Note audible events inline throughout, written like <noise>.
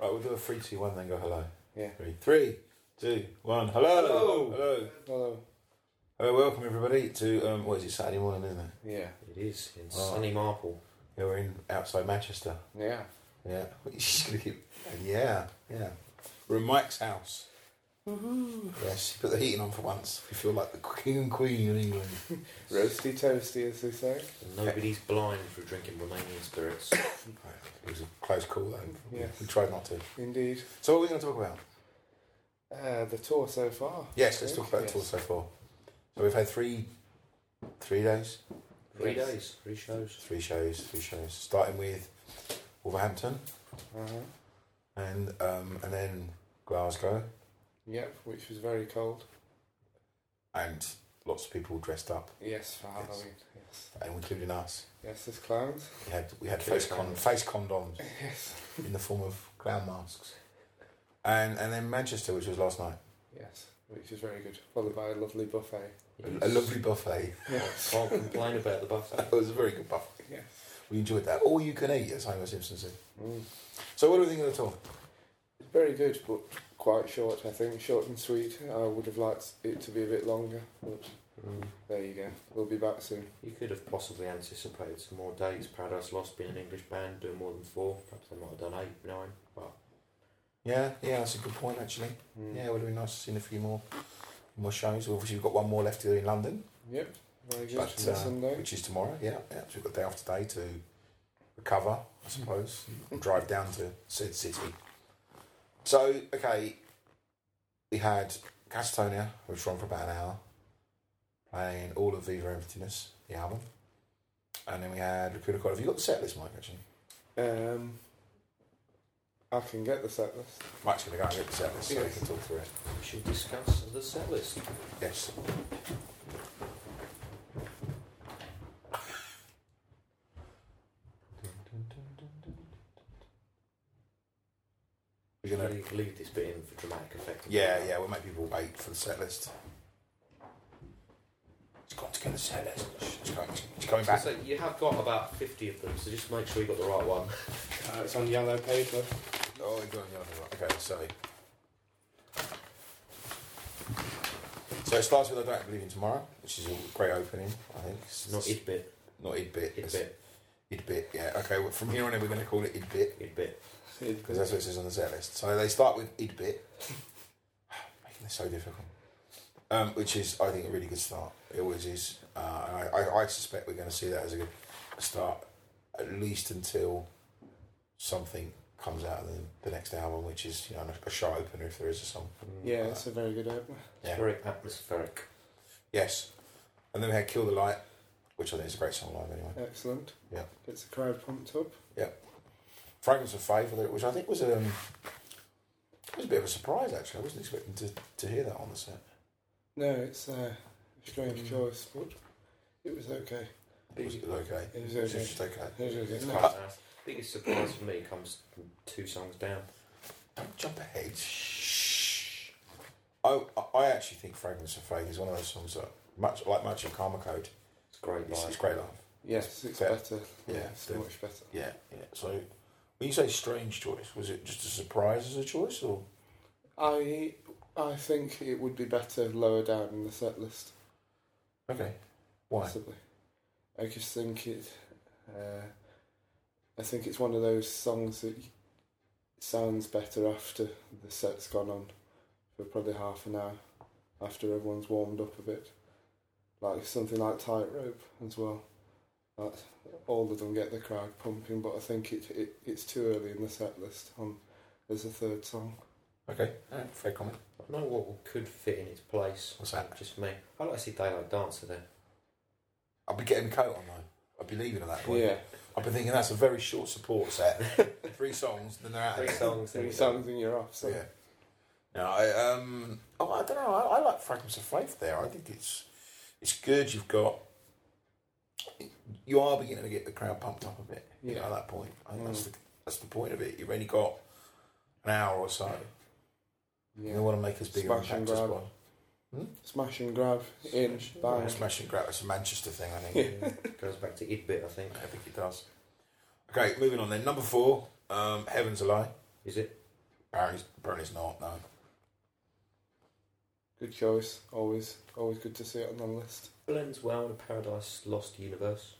do a three, two, one, then go hello. Yeah. Three, three, two, one. Hello. Hello. Hello. Hello. Hello. Welcome everybody to um, what is it? Saturday morning, isn't it? Yeah. It is in Oh. sunny Marple. Yeah, we're in outside Manchester. Yeah. Yeah. <laughs> She's gonna keep. Yeah. Yeah. We're in Mike's house. Yes, she put the heating on for once. We feel like the king and queen in England. Roasty toasty, as they say. And nobody's blind for drinking Romanian spirits. It was a close call though. Yes. We tried not to. Indeed. So what are we going to talk about? Uh, the tour so far. Yes, let's I talk think. about the Yes. tour so far. So we've had three, three days, Three Yes. days, three shows. three shows, three shows. Starting with Wolverhampton Uh-huh. and um, and then Glasgow Yep, which was very cold. and lots of people dressed up, Yes, for Halloween. Yes. and including us. Yes, as clowns. <laughs> We had we had Killer face con- clowns. face condoms Yes. in the form of clown masks, and and then Manchester, which was last night, Yes, which is very good. Followed by a lovely buffet. a lovely buffet. <laughs> Yes. Can't complain about the buffet. It was a very good buffet. yes. We enjoyed that. All you can eat, as Homer Simpson said. Mm. So what do we think of the tour? Very good, but quite short, I think. Short and sweet. I would have liked it to be a bit longer, but Mm. there you go. We'll be back soon. You could have possibly anticipated some more days. Paradise Lost being an English band, doing more than four. Perhaps they might have done eight, nine. But Yeah, yeah, that's a good point actually. Mm. Yeah, it would have been nice to seen a few more more shows. Obviously, we've got one more left to do in London, Yep. Very good. But, for uh, Sunday. which is tomorrow. Yeah, yeah. So we've got a day off today to recover, I suppose, and drive down to said city. So, okay, we had Castatonia, which was on for about an hour, playing all of Viva Emptiness, the album. And then we had Lacuna Coil. Have you got the set list, Mike, actually? Um, I can get the set list. Mike's going to go and get the set list so we Yes. can talk through it. we should discuss the set list. Yes. We're gonna Leave, leave this bit in for dramatic effect. Yeah, yeah, we'll make people wait for the set list. It's got to get the set list. It's coming, it's coming back. So you have got about 50 of them, so just make sure you got the right one. Uh, it's on yellow paper. Oh, we've got another one. Okay, so. So it starts with I Don't Believe in Tomorrow, which is a great opening, I think. It's It's not id bit, not id bit. id it's bit, Id bit, yeah. Okay, well, from here on in, we're going to call it id bit. id bit. because that's what it says on the set list. So they start with Idbit, <sighs> making this so difficult, um, which is I think a really good start. It always is. Uh, and I, I, I suspect we're going to see that as a good start, at least until something comes out of the, the next album, which is you know a sharp opener if there is a song. Yeah, it's a very good opener. Yeah. Very atmospheric. Yes, and then we had Kill the Light, which I think is a great song live anyway. Excellent. Yeah. Gets the crowd pumped up. Fragrance of Favour, which I think was um, it was a bit of a surprise actually. I wasn't expecting to, to hear that on the set. No, it's uh, a strange Mm. choice, but it was okay. It was, it was okay. It was It was okay. just okay. It was It's okay. quite nice. Biggest surprise for me comes two songs down. Don't jump ahead. Shh. I, I- I actually think Fragments of Faith is one of those songs that, much like much of Karma Code, It's great it's, it's live. great life. Yes, it's Better. better. Yeah, it's definitely. much better. Yeah, yeah. So when you say strange choice, was it just a surprise as a choice or? I I think it would be better lower down in the set list, Okay. Why? possibly. I just think it. Uh, I think it's one of those songs that y- sounds better after the set's gone on for probably half an hour, after everyone's warmed up a bit. Like something like Tightrope as well. That all of them get the crowd pumping, but I think it, it it's too early in the set list on as a third song. Okay. All right, fair comment. I don't know what could fit in its place. What's that? Just me. I'd like to see Daylight Dancer there. I'll be getting my coat on though. I'd be leaving at that point. Yeah, I've been thinking that's a very short support set. <laughs> Three songs, then they're out. Three songs. three Three songs and you're off. So. Yeah. No, I um, oh, I don't know. I, I like Fragments of Faith there. I think it's it's good. You've got you are beginning to get the crowd pumped up a bit. You know, Yeah. at that point, I think that's Mm. the that's the point of it. You've only got an hour or so. Yeah. You want to make as big an Smash and impact as grab. well. Smash and grab in by Smash and grab. It's a Manchester thing, I think. <laughs> Goes back to id bit, I think. I think it does. Okay, moving on then. Number four, um, Heaven's a Lie. Is it? Apparently, it's- apparently it's not. No. Good choice. Always, always good to see it on the list. Blends well in a Paradise Lost universe.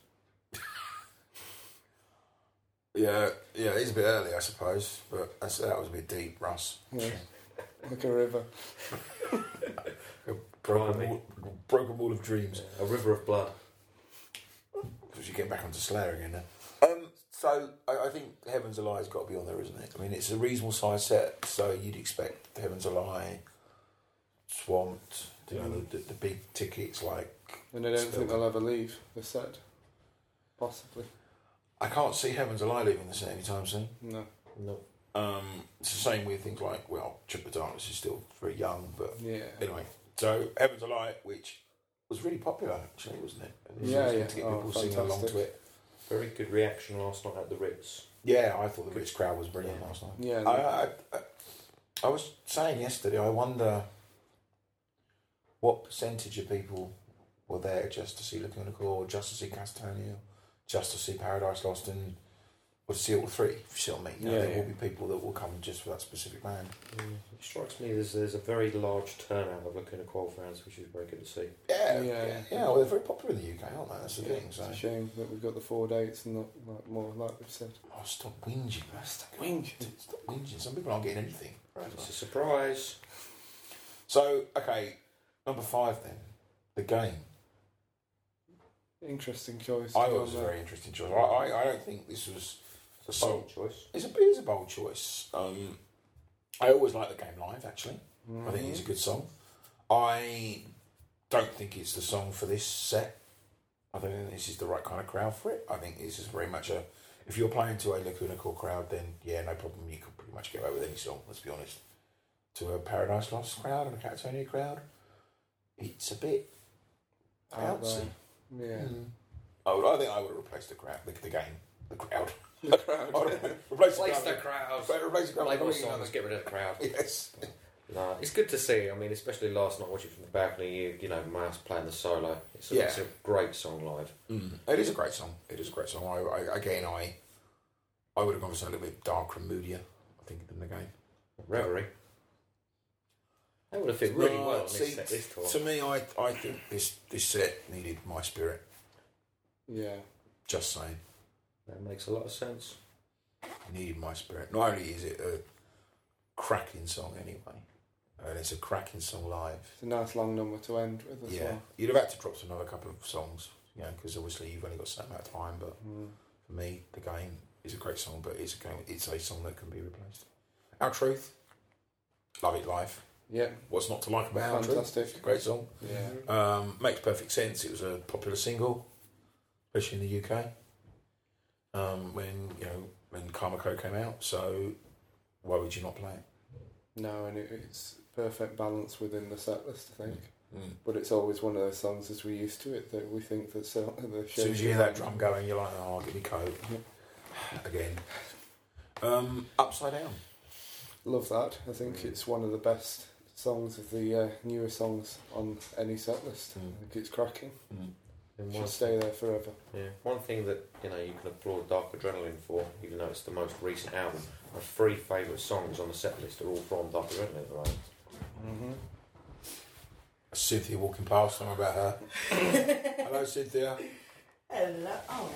Yeah, yeah, it's a bit early, I suppose, but that's, that was a bit deep, Russ. <laughs> Yeah. like a river. Broken Blimey. wall, broken wall of dreams. A river of blood. Because you get back onto Slayer again now. Um, so I, I think Heaven's a Lie's got to be on there, isn't it? I mean, it's a reasonable size set, so you'd expect Heaven's a Lie, Swamped, you know, the, the, the big tickets like. And I don't Still. think they'll ever leave the set. Possibly. I can't see Heaven's a Lie leaving the set anytime soon. No. No. Um, it's the same with things like, well, Chip of Darkness is still very young, but Yeah. Anyway, so Heaven's a Light, which was really popular actually, wasn't it? It was Yeah, good yeah. To get Oh, people singing along fantastic. to it. Very good reaction last night at the Ritz. Yeah, I thought the British crowd was brilliant Yeah. last night. Yeah. I, I, I, I was saying yesterday, I wonder what percentage of people were there just to see Lacuna Core, just to see Castanio, just to see Paradise Lost, and or to see all three. If you see what I mean? You know, Yeah, there yeah. will be people that will come just for that specific band. Mm, It strikes me there's, there's a very large turnout of Lacuna Coil fans, which is very good to see. Yeah, Yeah, yeah, yeah. yeah. well, they're very popular in the UK, aren't they? That's the Yeah, thing. it's So, a shame that we've got the four dates and not like more, like we've said. oh, stop whinging, man. Stop Winged. Stop whinging. Some people aren't getting anything. It's a surprise. So, okay, number five then, the game. Interesting choice. I thought to go it was a there. very interesting choice. I, I, I don't think this was. It's a bold choice. It's a it is a bold choice. Um, I always like the game live. Actually, I think it's a Mhm. good song. I don't think it's the song for this set. I don't think this is the right kind of crowd for it. I think this is very much a. If you're playing to a Lacuna Core crowd, then yeah, no problem. You could pretty much get away with any song. Let's be honest. To a Paradise Lost crowd and a Catatonia crowd, it's a bit Mm-hmm. Out there. bouncy. Yeah. Mm. I, would, I think I would replace the crowd, the, the game, the crowd. The crowd. <laughs> replace, Place the the crowd. crowd. Re- Replace the crowd. Like all with another- songs, get rid of the crowd. <laughs> Yes. No, it's good to see. I mean, especially last night watching from the balcony, you, you know, Mouse playing the solo. It's a, Yeah. it's a great song live. It is a great song. It is a great song. I, I again, I, I would have gone for something a little bit darker and moodier. I think than the game. Reverie. That would have fit really No, well on see, this set this tour. To me, I, I think this this set needed my spirit. Yeah. Just saying, That makes a lot of sense. it needed my spirit. Not only is it a cracking song anyway, and it's a cracking song live. It's a nice long number to end with as yeah, well. you'd have had to drop another couple of songs, you know, because obviously you've only got so amount of time. But Mm. for me, the game is a great song, but it's a game, it's a song that can be replaced. Our truth, love it live. Yeah. What's not to like about our truth? Fantastic. Great song. Yeah. Um, makes perfect sense. It was a popular single, especially in the UK. Um, when you know when Carmichael came out, so why would you not play it? No, and it, it's perfect balance within the set list, I think. Mm. But it's always one of those songs as we're used to it that we think that so, <laughs> the As soon as you hear that drum going, you're like, oh, give me coat <sighs> again. Um, upside down. Love that. I think Mm. it's one of the best songs of the uh, newer songs on any set list. Mm. I think it's cracking. And one, Should stay there forever. yeah, one thing that you know you can applaud Dark Adrenaline for, even though it's the most recent album, my three favourite songs on the set list are all from Dark Adrenaline at the moment. Mm-hmm. Cynthia walking past, I'm about her. Hello, Cynthia. Hello. Oh.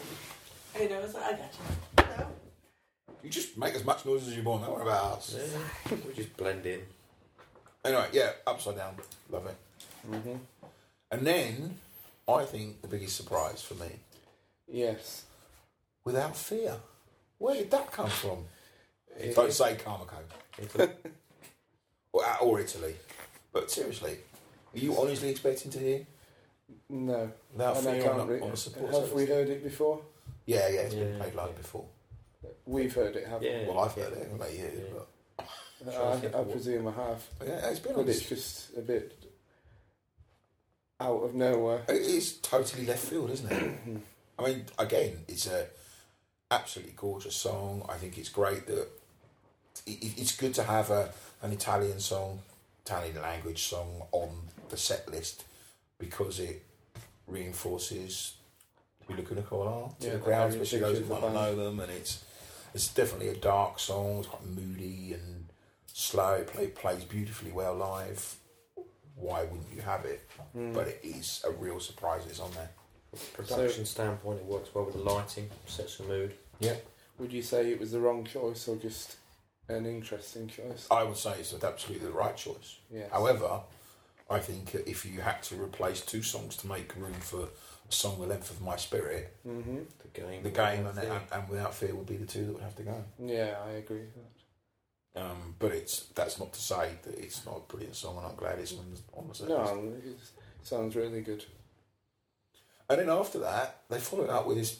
Hey, no, it's I got you. No. You just make as much noise as you want, don't worry about us. Yeah, we just blend <laughs> in. Anyway, yeah, upside down. Love it. Mm-hmm. And then, I think the biggest surprise for me, Yes. Without Fear. Where did that come from? It- Don't say Carmichael. It's a- Or, uh, or Italy. But seriously, are you honestly expecting to hear No. Without and I Fear on, can't a- re- on a support Have we service? heard it before? Yeah, yeah, it's been uh, Yeah, played live yeah. before. We've heard it, haven't yeah, Well, I've yeah. heard it, haven't I? Yeah, Yeah. but- we? Sure, I think I, I we- presume I have. yeah, it's been on But this. it's just a bit out of nowhere. It is totally left field, isn't it? I mean, again, it's a absolutely gorgeous song. I think it's great that it, it- it's good to have a an Italian song, Italian language song on the set list because it reinforces we look at Nicole are to Yeah, the the crowd, various especially those who pictures might of not know them, and it's it's definitely a dark song. It's quite moody and slow. It play, plays beautifully well live. Why wouldn't you have it? Mm. But it is a real surprise. It's on there. From a production standpoint, it works well with the lighting, sets the mood. Would you say it was the wrong choice or just an interesting choice? I would say it's absolutely the right choice. Yes. However, I think if you had to replace two songs to make room for a song the length of My Spirit, hmm The game. the game and, the and, and Without Fear would be the two that would have to go. Yeah, I agree with that. Um, but it's that's not to say that it's not a brilliant song, and I'm glad it's on the, on the set list. No, um, it sounds really good. And then after that, they follow it up with this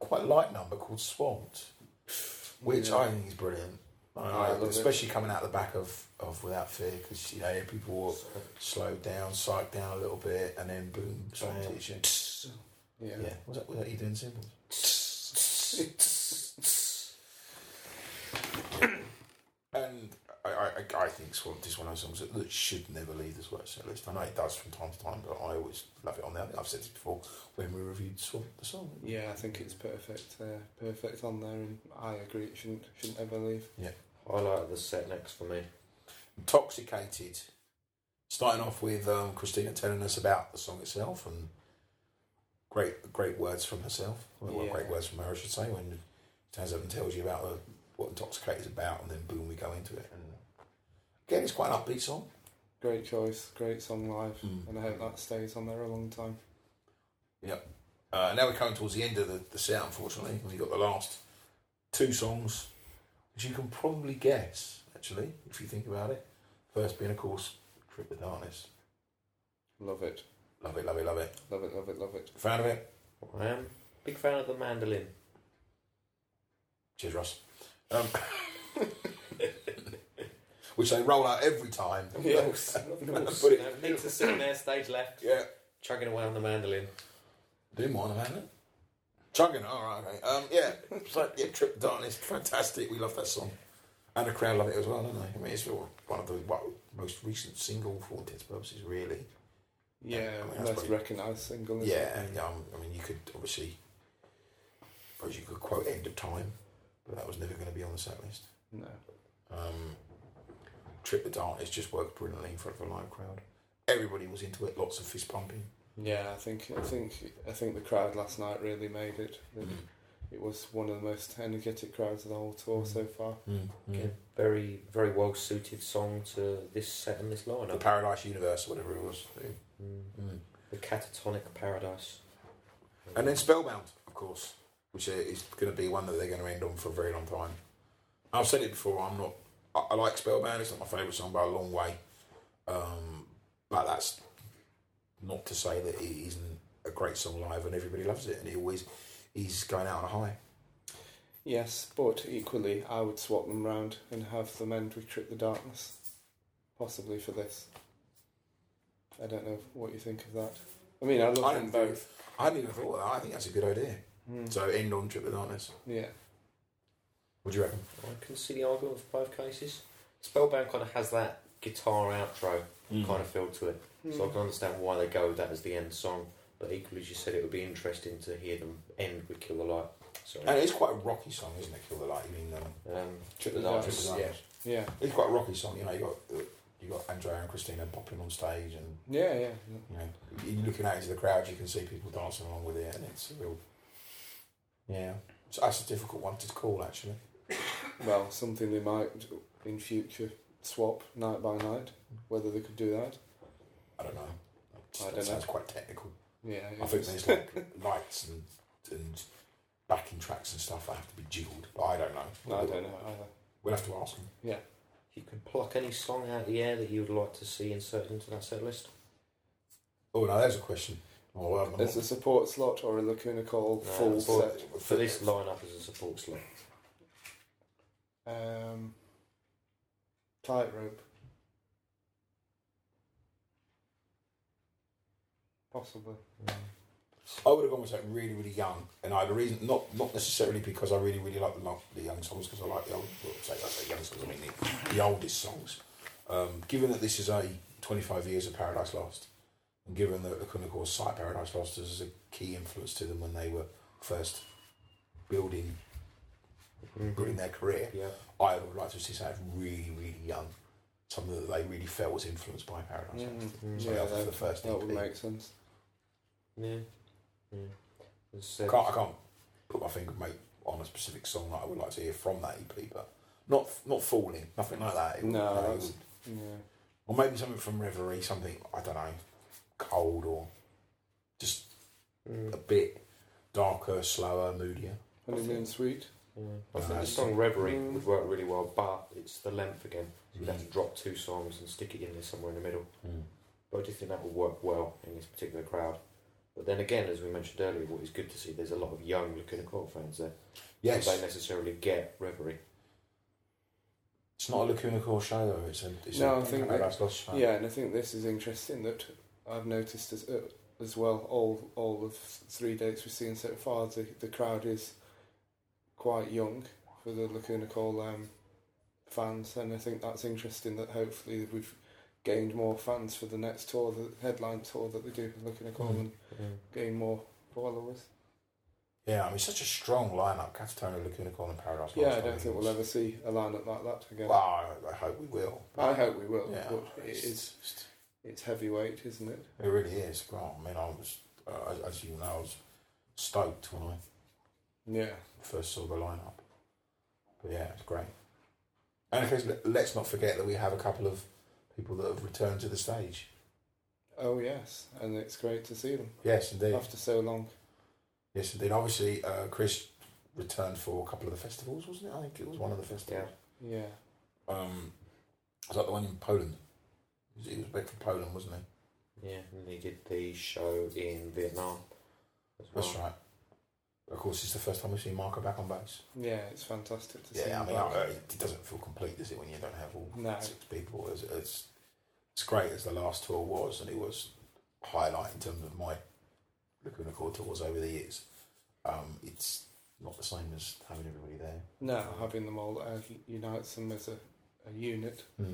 quite light number called Swamped, which Yeah. I think is brilliant. I- Yeah, I- I love it. especially coming out the back of, of Without Fear, because you know people were slowed down, psyched down a little bit, and then boom, Swamped Bam. hits you. Yeah. Yeah, was that, was that you doing symbols? and I, I, I- I think Swamp is one of those songs that, that should never leave this work set list. I know it does from time to time, but I always love it on there. I've said this before when we reviewed Swamp, the song. Yeah, I think it's perfect. Uh, perfect on there, and I agree. It shouldn't shouldn't ever leave. Highlight of the set next for me. Intoxicated. Starting off with um, Christina telling us about the song itself and great great words from herself. Well, well, Yeah. great words from her, I should say, when she turns up and tells you about uh, what Intoxicated is about, and then boom, we go into it. And Uh, again, it's quite an upbeat song. Great choice. Great song live, Mm. and I hope that stays on there a long time. Uh, now we're coming towards the end of the, the set, unfortunately, and you've got the last two songs, which you can probably guess, actually, if you think about it. First being, of course, Trip the Darkness. Love it. Love it, love it, love it. Love it. Love it. Love it. Fan of it? I am big fan of the mandolin. Cheers, Ross. Um, <laughs> which they roll out every time. Yes. <laughs> <laughs> Put it, No need to sit there, stage left, yeah. chugging away on the mandolin. Didn't mind about it. Chugging, all right, okay. Um, yeah, so, yeah, Trip the Darkness, fantastic. We love that song. And the crowd love it as well, don't they? I mean, it's one of the what, most recent single for all intents and purposes, really. Yeah, I mean, that's that's pretty- recognised single. Isn't Yeah, It? and, um, I mean, you could obviously, I suppose you could quote End of Time, but that was never going to be on the set list. No. Um, Trip the Darkness just worked brilliantly in front of a live crowd. Everybody was into it, lots of fist pumping. Yeah, I think I think I think the crowd last night really made it. It, it was one of the most energetic crowds of the whole tour so far. Mm, Again, very, very well suited song to this set and this The lineup. Paradise Universe, whatever it was. Mm. The catatonic paradise. And then Spellbound, of course, which is going to be one that they're going to end on for a very long time. I've said it before. I'm not. I, I like Spellbound. It's not my favourite song by a long way. Um, but that's not to say that it isn't a great song live and everybody loves it. And it always he's going out on a high. Yes, but equally, I would swap them round and have them end with Trip the Darkness, possibly for this. I don't know what you think of that. I mean, I love I Hmm. them don't both. I hadn't even thought of that. I think that's a good idea. Mm. So end on Trip the Darkness. Yeah, What do you reckon? I can see the argument for both cases. Spellbound kind of has that guitar outro Mm. Mm. kind of feel to it, so I Hmm. can understand why they go with that as the end song. But equally, as you said, it would be interesting to hear them end with "Kill the Light." Sorry. Uh, And it's quite a rocky song, isn't it? Kill the Light. I mean, um, um, Trip the the Trip Darkness. the Darkness. Yeah. yeah, It's quite a rocky song. You know, you got you got Andrea and Christina popping on stage and. yeah, yeah. you know, you're looking out into the crowd, you can see people dancing along with it, and it's a real. Yeah, so that's a difficult one to call actually. Well, something they might in future swap night by night. Whether they could do that, I don't know. It's- I That don't sounds know. quite technical. yeah. I think there's <laughs> like lights and and backing tracks and stuff that have to be jiggled, but I don't know. No, I don't know either. We'll have to ask them. You can pluck any song out of the air that you would like to see inserted into that set list. Oh no, there's a question. Oh, well, I'm There's a not- support slot or a Lacuna Call No, full support- set. For this lineup as a support slot, Um, tightrope. Possibly. I would have gone with something really, really young, and I had a reason not not necessarily because I really, really like the, lo- the young songs because I like the old. Well, say, I say young songs, I mean the, the oldest songs. Um, given that this is a 25 years of Paradise Lost, and given that the Clinical course site Paradise Lost as a key influence to them when they were first building in their career. Yeah. I would like to see something really, really young, something that they really felt was influenced by Paradise. Hotel. Mm. So Yeah, that's that- the first E That would EP. make sense. Yeah. Yeah. As I I said, can't, I can't put my finger mate on a specific song that I would like to hear from that EP, but not not falling, nothing like that. It would- No, it that's- would- Yeah. or maybe something from Reverie, something I don't know, cold or just Mm. a bit darker, slower, moodier. Honeymoon Suite. Yeah. I think Uh, the song Reverie Mm. would work really well, but it's the length again. So you'd have to drop two songs and stick it in there somewhere in the middle. Mm. But I do think that would work well in this particular crowd. But then again, as we mentioned earlier, what is good to see, there's a lot of young Lacuna Court fans there. Yes, They don't necessarily get Reverie. it's not a Lacuna Core show though. It's a it's No, a I think that- Paradise Lost show. Yeah, and I think this is interesting that I've noticed as uh, as well. All all of three dates we've seen so far, the the crowd is quite young for the Lacuna Call um, fans, and I think that's interesting. That hopefully we've gained more fans for the next tour, the headline tour that they do for Lacuna Call, and Mm. gain more followers. yeah. I mean, such a strong lineup: Catatonia, Lacuna Core, and Paradise. Yeah, Lost. I don't think we'll it's- ever see a lineup like that again. Well, I- I hope we will. I hope we will. Yeah, But it it's- is it's heavyweight, isn't it? It really is. Well, I mean, I was, uh, as- as you know, I was stoked when I Yeah. first saw the lineup. But yeah, it's great. And of course, le- let's not forget that we have a couple of people that have returned to the stage. Oh yes, and it's great to see them. Yes, indeed. after so long. Yes, indeed. Obviously, uh, Chris returned for a couple of the festivals, wasn't it? I think it was one of the festivals. Yeah. Um, was that the one in Poland? He was back from Poland, wasn't he? Yeah, and they did the show in Vietnam as well. Oh. That's right. Of course, it's the first time we've seen Marco back on bass. Yeah, it's fantastic to see. Yeah, I them mean, back. uh, it doesn't feel complete, does it, when you don't have all no. six people. It's, it's it's great as the last tour was, and it was a highlight in terms of my Lacuna Core tours over the years. Um, it's not the same as having everybody there. No, having them all uh, unites them as a, a unit. Yeah,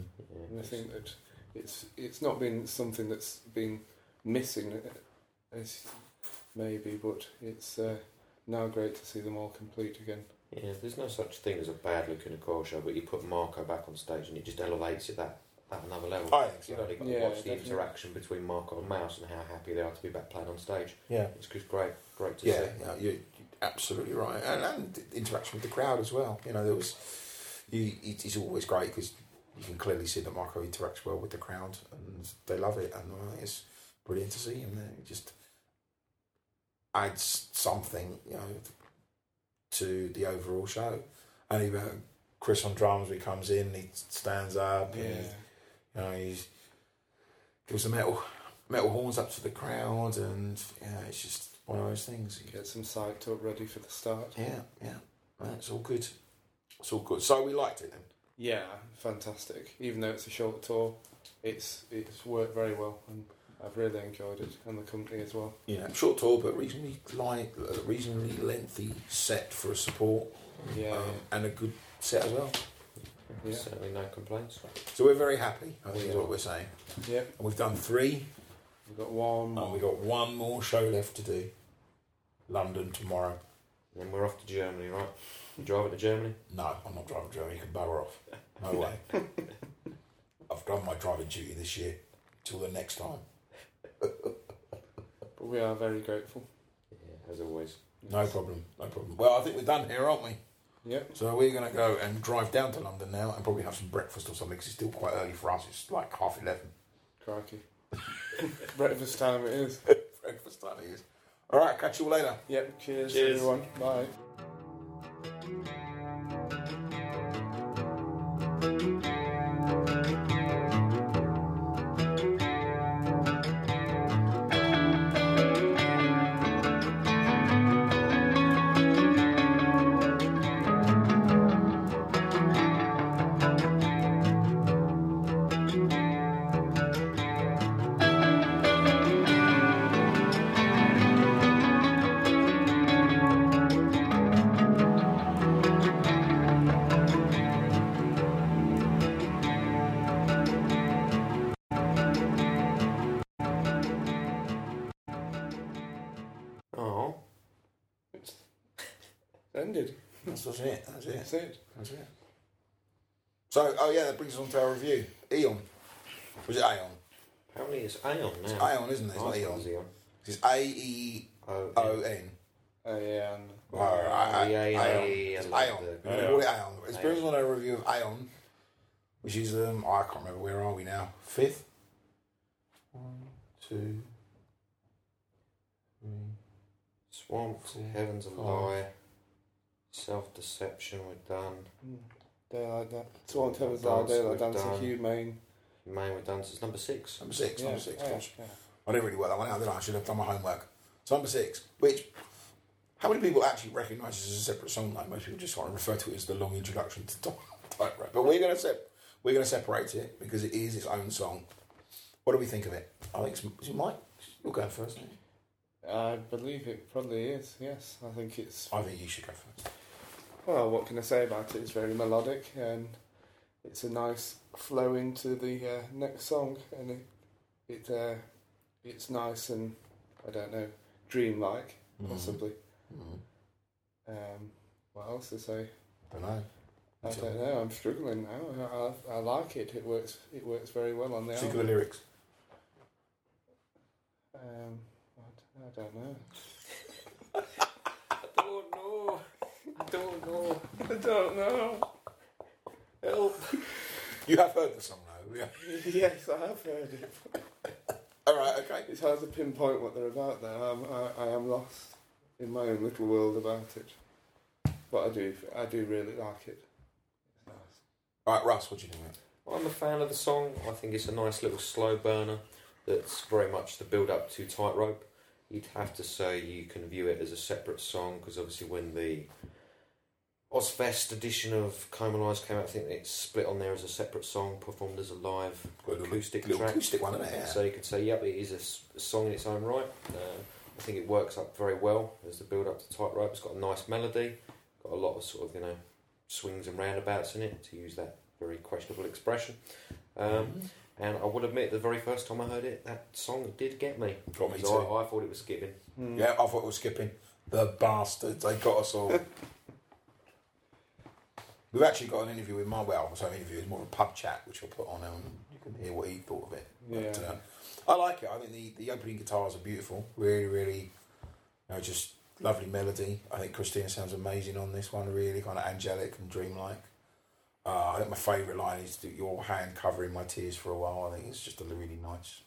And I think that it's it's not been something that's been missing uh, as maybe, but it's uh, now great to see them all complete again. yeah, there's no such thing as a bad Lacuna Coil show, but you put Marco back on stage and it just elevates it that, that another level. I think so. You've only got to Yeah, watch the definitely. interaction between Marco and Mouse and how happy they are to be back playing on stage. Yeah, It's just great, great to yeah, see. yeah, you're absolutely right, and, and the interaction with the crowd as well. You know, there was you. It, it's always great because you can clearly see that Marco interacts well with the crowd, and they love it, and uh, it's brilliant to see him there. It just adds something, you know, to the overall show. And even Chris on drums, when he comes in, he stands up, Yeah. and he you know, he's gives the metal metal horns up to the crowd, and yeah, it's just one of those things. Get some psyched up, ready for the start. Yeah, yeah, that's all good. It's all good. So we liked it then. Yeah, fantastic. Even though it's a short tour, it's it's worked very well, and I've really enjoyed it, and the company as well. Yeah, short tour, but reasonably light, uh, reasonably lengthy set for a support, Yeah, um, and a good set as well. Yeah. Certainly no complaints. So we're very happy. I think We is are. what we're saying. yeah. yeah. And we've done three, We've got one Oh, and more. we got one more show left to do. London tomorrow. And then we're off to Germany, right? You driving to Germany? No, I'm not driving Germany. You can bugger off. <laughs> No way. I've done my driving duty this year. Till the next time. But we are very grateful. Yeah, as always. No problem. No problem. Well, I think we're done here, aren't we? Yep. So we're going to go and drive down to London now and probably have some breakfast or something because it's still quite early for us. It's like half 11. <laughs> Crikey. Breakfast time it is. <laughs> breakfast time it is. All right, catch you all later. Yep. Cheers, Cheers. everyone. Bye. Oh. It's ended. That's that's it. That's it. That's it. That's it. So, oh yeah, that brings us on to our review. Eon. Was it Aeon? Apparently it's Aeon now. It's Aeon, isn't it? It's Oh, not I Eon. thought it was Aeon. It's A E Oh, O N. Uh, yeah, E and Oh, right, Yeah, Aeon. yeah, yeah, yeah, It's yeah, Aeon. the- We call it Aeon. It's brings us on our review of Aeon, which is, um, I can't remember, where are we now? Fifth? One, two, three. Swamped, Heaven's a Oh. Lie, Self Deception we're done, mm, daylight that. Swan Towers like daylight Hmm. Dance with dancing Dan. humane. Man with Dance is number six. Number six, Yeah, number six. yeah, gosh. yeah. I didn't really work that one out, did I? I should have done my homework. So number six, which how many people actually recognise this as a separate song? Like most people just sort of refer to it as the long introduction to <laughs> Type Right. But we're gonna sep- we're gonna separate it because it is its own song. What do we think of it? I think it's, is it Mike. You'll go first. I believe it probably is. Yes, I think it's. I think you should go first. Well, what can I say about it? It's very melodic and it's a nice flow into the uh, next song, and it it uh, it's nice and I don't know dreamlike Mm-hmm. possibly. Mm. Um, what else to say? Don't know. I don't know. I'm struggling now. I, I, I like it. It works. It works very well on the Think of the album. lyrics. <laughs> Um, I, d- I don't know. I don't know. I don't know. I don't know. Help. You have heard the song though. Yeah. <laughs> yes, I have heard it. All right. Okay. It's hard to pinpoint what they're about. There, I'm, I, I am lost in my own little world about it. But I do. I do really like it. It's nice. All right, Russ. What do you think? mate? I'm a fan of the song. I think it's a nice little slow burner that's very much the build up to Tightrope. You'd have to say you can view it as a separate song because obviously when the Ozfest edition of Coma Lies came out, I think it's split on there as a separate song performed as a live Got a little- acoustic little track. acoustic one, isn't it? Yeah. So you could say, yep, it is a s- a, song in its own right. Uh, I think it works up very well as the build up to Tightrope. It's got a nice melody, got a lot of sort of, you know, swings and roundabouts in it, to use that very questionable expression. Um, and I will admit, the very first time I heard it, that song did get me. Got me So too. I, I thought it was skipping. Hmm. Mm-hmm. Yeah, I thought we were skipping. The bastards, they got us <laughs> all. We've actually got an interview with my well, so interview is more of a pub chat, which we'll put on and you can hear what he thought of it. But, Yeah. uh, I like it. I think the, the opening guitars are beautiful. Really, really, you know, just lovely melody. I think Christina sounds amazing on this one. Really kind of angelic and dreamlike. Uh, I think my favourite line is that your hand covering my tears for a while. I think it's just a really nice,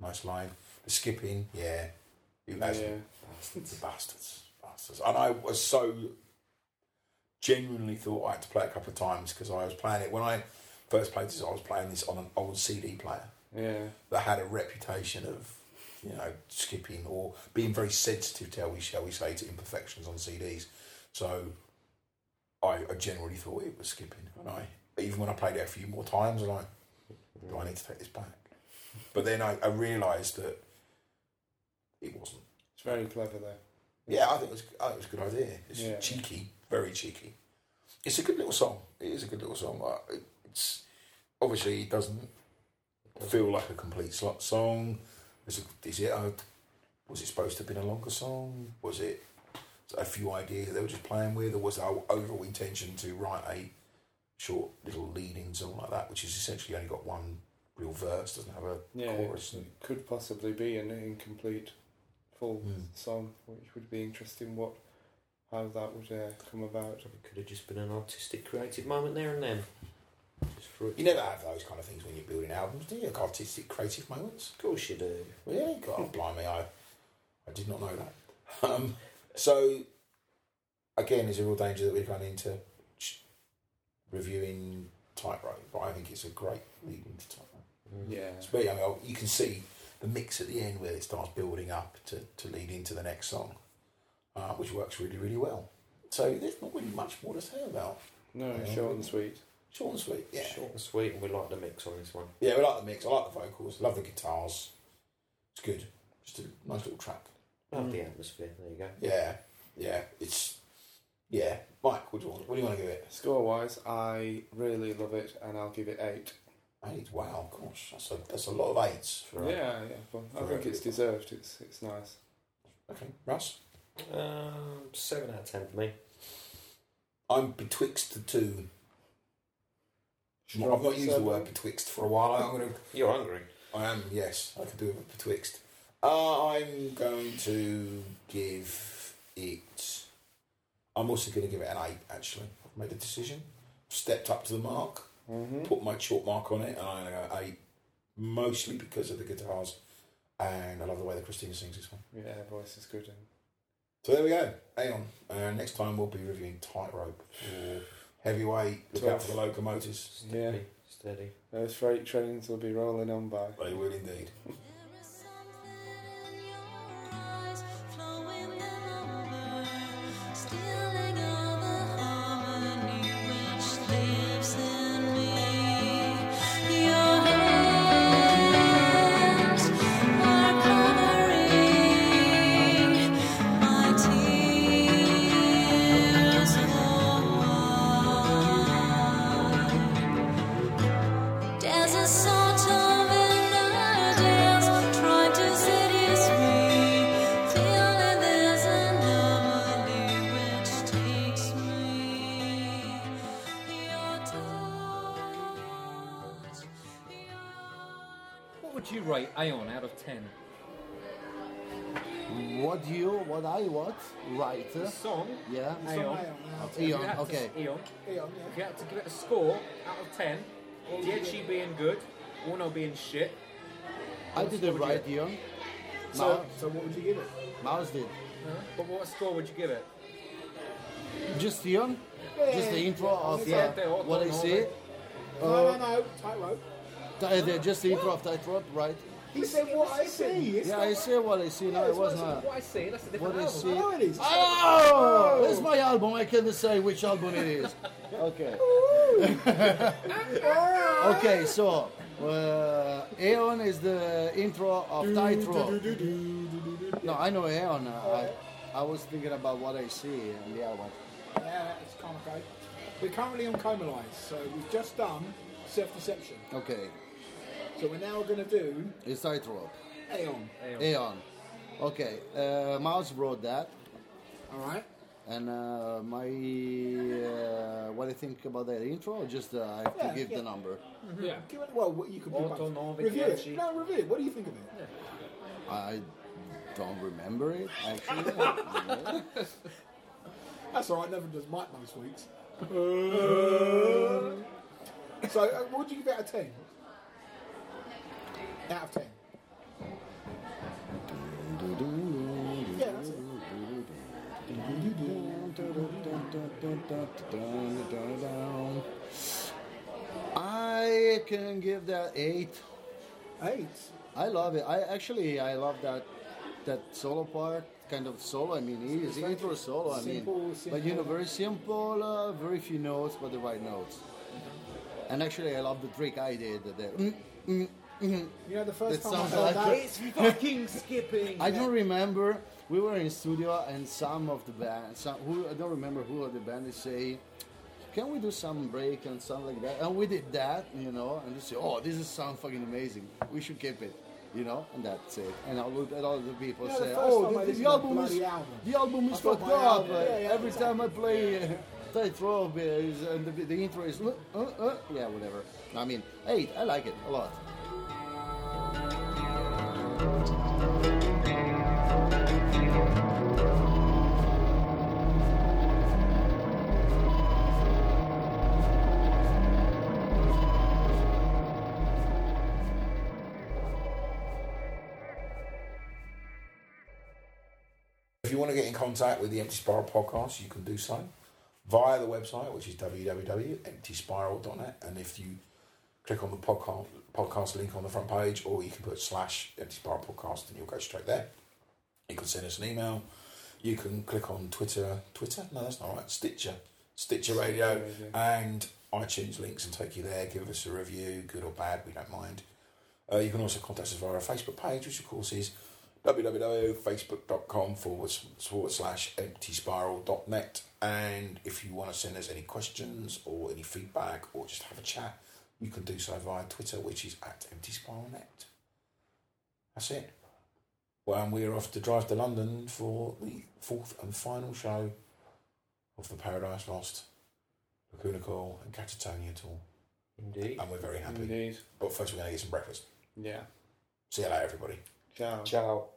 nice line. The skipping, yeah, Who hasn't? Yeah. Bastards. Bastards. Bastards. And I was so genuinely thought I had to play it a couple of times because I was playing it when I first played this. I was playing this on an old CD player Yeah. that had a reputation of you know skipping or being very sensitive to how we shall we say to imperfections on CDs. So I, I generally thought it was skipping, and I even when I played it a few more times, I'm like, do I need to take this back? But then I, I realised that it wasn't. It's very clever though. Yeah, I think it was. I think it was a good idea. It's Yeah. cheeky, very cheeky. It's a good little song. It is a good little song. Uh, it- It's obviously it doesn't Um, feel like a complete slot song. Is it? Is it a, was it supposed to have been a longer song? Was it a few ideas that they were just playing with, or was our overall intention to write a short little lead-in song like that, which is essentially only got one real verse, doesn't have a Yeah. chorus? And, It could possibly be an incomplete full Mm. song, which would be interesting. What, how that would uh, come about? It could have just been an artistic, creative moment there and then. Just for it. you never have those kind of things when you're building albums, do you? Like artistic, creative moments. Of course you do. Really? God, oh, blimey, I, I did not know that. Um, so, again, there's a real danger that we've gone into ch- reviewing Tightrope, but I think it's a great lead into Tightrope. Mm. Yeah. It's very, I mean, oh, you can see the mix at the end where it starts building up to, to lead into the next song, uh, which works really, really well. So there's not really much more to say about. No, short and sweet. Short and sweet, yeah. Short and sweet, and we like the mix on this one. Yeah, we like the mix. I like the vocals. Love the guitars. It's good. Just a nice little track. Love Mm. the atmosphere. There you go. Yeah, yeah, it's yeah. Mike, what do you want? What do you want to give it? Score wise, I really love it, and I'll give it eight. Eight. Wow, gosh, that's a that's a lot of eights. For a, Yeah, yeah. Well, I For think a- it's deserved. It's it's nice. Okay, Russ. Um, seven out of ten for me. I'm betwixt the two. I've not- I've not used the word betwixt for a while. I'm gonna. You're hungry. I am. Yes, I could do it with betwixt. Uh, I'm going to give it. I'm also going to give it an eight. Actually, I've made a decision. Stepped up to the mark. Mm-hmm. Put my chalk mark on it, and I'm going to go eight, mostly because of the guitars, and I love the way that Christina sings this one. Yeah, voice is good. And So there we go. Hang on. Uh, next time we'll be reviewing Tightrope, Heavyweight, Look Out for the Locomotives. Steady. Yeah. Steady. those freight trains will be rolling on by. They will indeed. There is something in your eyes, flowing them over, stealing all the harmony which lives in me. Your hands are covering my tears. Oh, there's a sort of inner dance trying to seduce me, feeling there's an anomaly which takes me. Your touch, your What would you rate Aeon out of 10? What you, what I, what? Right. The song? Yeah. Aeon. Eon, If you had to- okay. Aeon. If you had to give it a score out of 10, Diechi being good, Warno being shit, I did it right, Eon. Mouse, So what would you give it? Mouse did. but what score would you give it? Just Eon? Just the intro of Yeah, uh, they all what I done all see? that. no, no, no, tightrope. Ti- the- Just the intro of Tightrope, right? He said what I see. It's Yeah, I not- see what I see. No, it it's was what I not. What I see, that's a different What I album. see. No, it is. Oh! It's my album. I can't decide which album it is. Okay. <laughs> okay, so uh, Aeon is the intro of Tightrope. No, I know Aeon. I, I was thinking about what I see and the other one. Yeah, it's kind of great. We're currently on Coma Lines, so we've just done Self Deception. Okay, So we're now going to do it's Tightrope. Aeon. Aeon. Okay, uh, Mouse wrote that. All right. And uh, my, uh, what do you think about that intro? Or just uh, I have to Yeah, give yeah. the number. Yeah. Give it, well, what you can do. Autonomic both. Review it. energy. No, review it. What do you think of it? I don't remember it <laughs> actually. That's all right. Never does Mike most weeks. Uh. so, uh, what would you give out of ten? Out of ten. Yeah, that's it. I can give that eight. Eight. I love it. I actually I love that that solo part, kind of solo. I mean, it is intro solo. I mean, Simple, but you know, simple. very simple, uh, very few notes, but the right notes. And actually, I love the trick I did. There. You know, the first That time I sounds heard like that, it. fucking skipping. I don't remember. We were in studio, and some of the band, some who I don't remember who of the band, they say, "Can we do some break and stuff like that?" And we did that, you know. And they say, "Oh, this is sound fucking amazing. We should keep it." You know, and that's it. And I looked at all the people You know, the say, first "Oh, time I the, listened the to album is bloody album, the album I is thought fucked my up." album- yeah, yeah, Every time I play uh, <laughs> Tightrope, uh, is- and the, the intro is uh, uh, uh, yeah, whatever. I mean, eight. I like it a lot. If you want to get in contact with the Empty Spiral podcast, you can do so via the website, which is www.emptyspiral.net. And if you click on the podcast podcast link on the front page, or you can put slash Empty Spiral podcast, and you'll go straight there. You can send us an email. You can click on Twitter. Twitter? No, that's not right. Stitcher. Stitcher Radio Radio. and iTunes links and take you there. Give us a review, good or bad, we don't mind. Uh, you can also contact us via our Facebook page, which of course is www.facebook.com forward, s- forward slash emptyspiral.net. And if you want to send us any questions or any feedback or just have a chat, you can do so via Twitter, which is at emptyspiralnet. That's it. Well, and we're off to drive to London for the fourth and final show of the Paradise Lost Kakuna Call, and Catatonia Tool. Indeed. And we're very happy. Indeed. But first, we're going to get some breakfast. Yeah. See you later, everybody. Ciao. Ciao.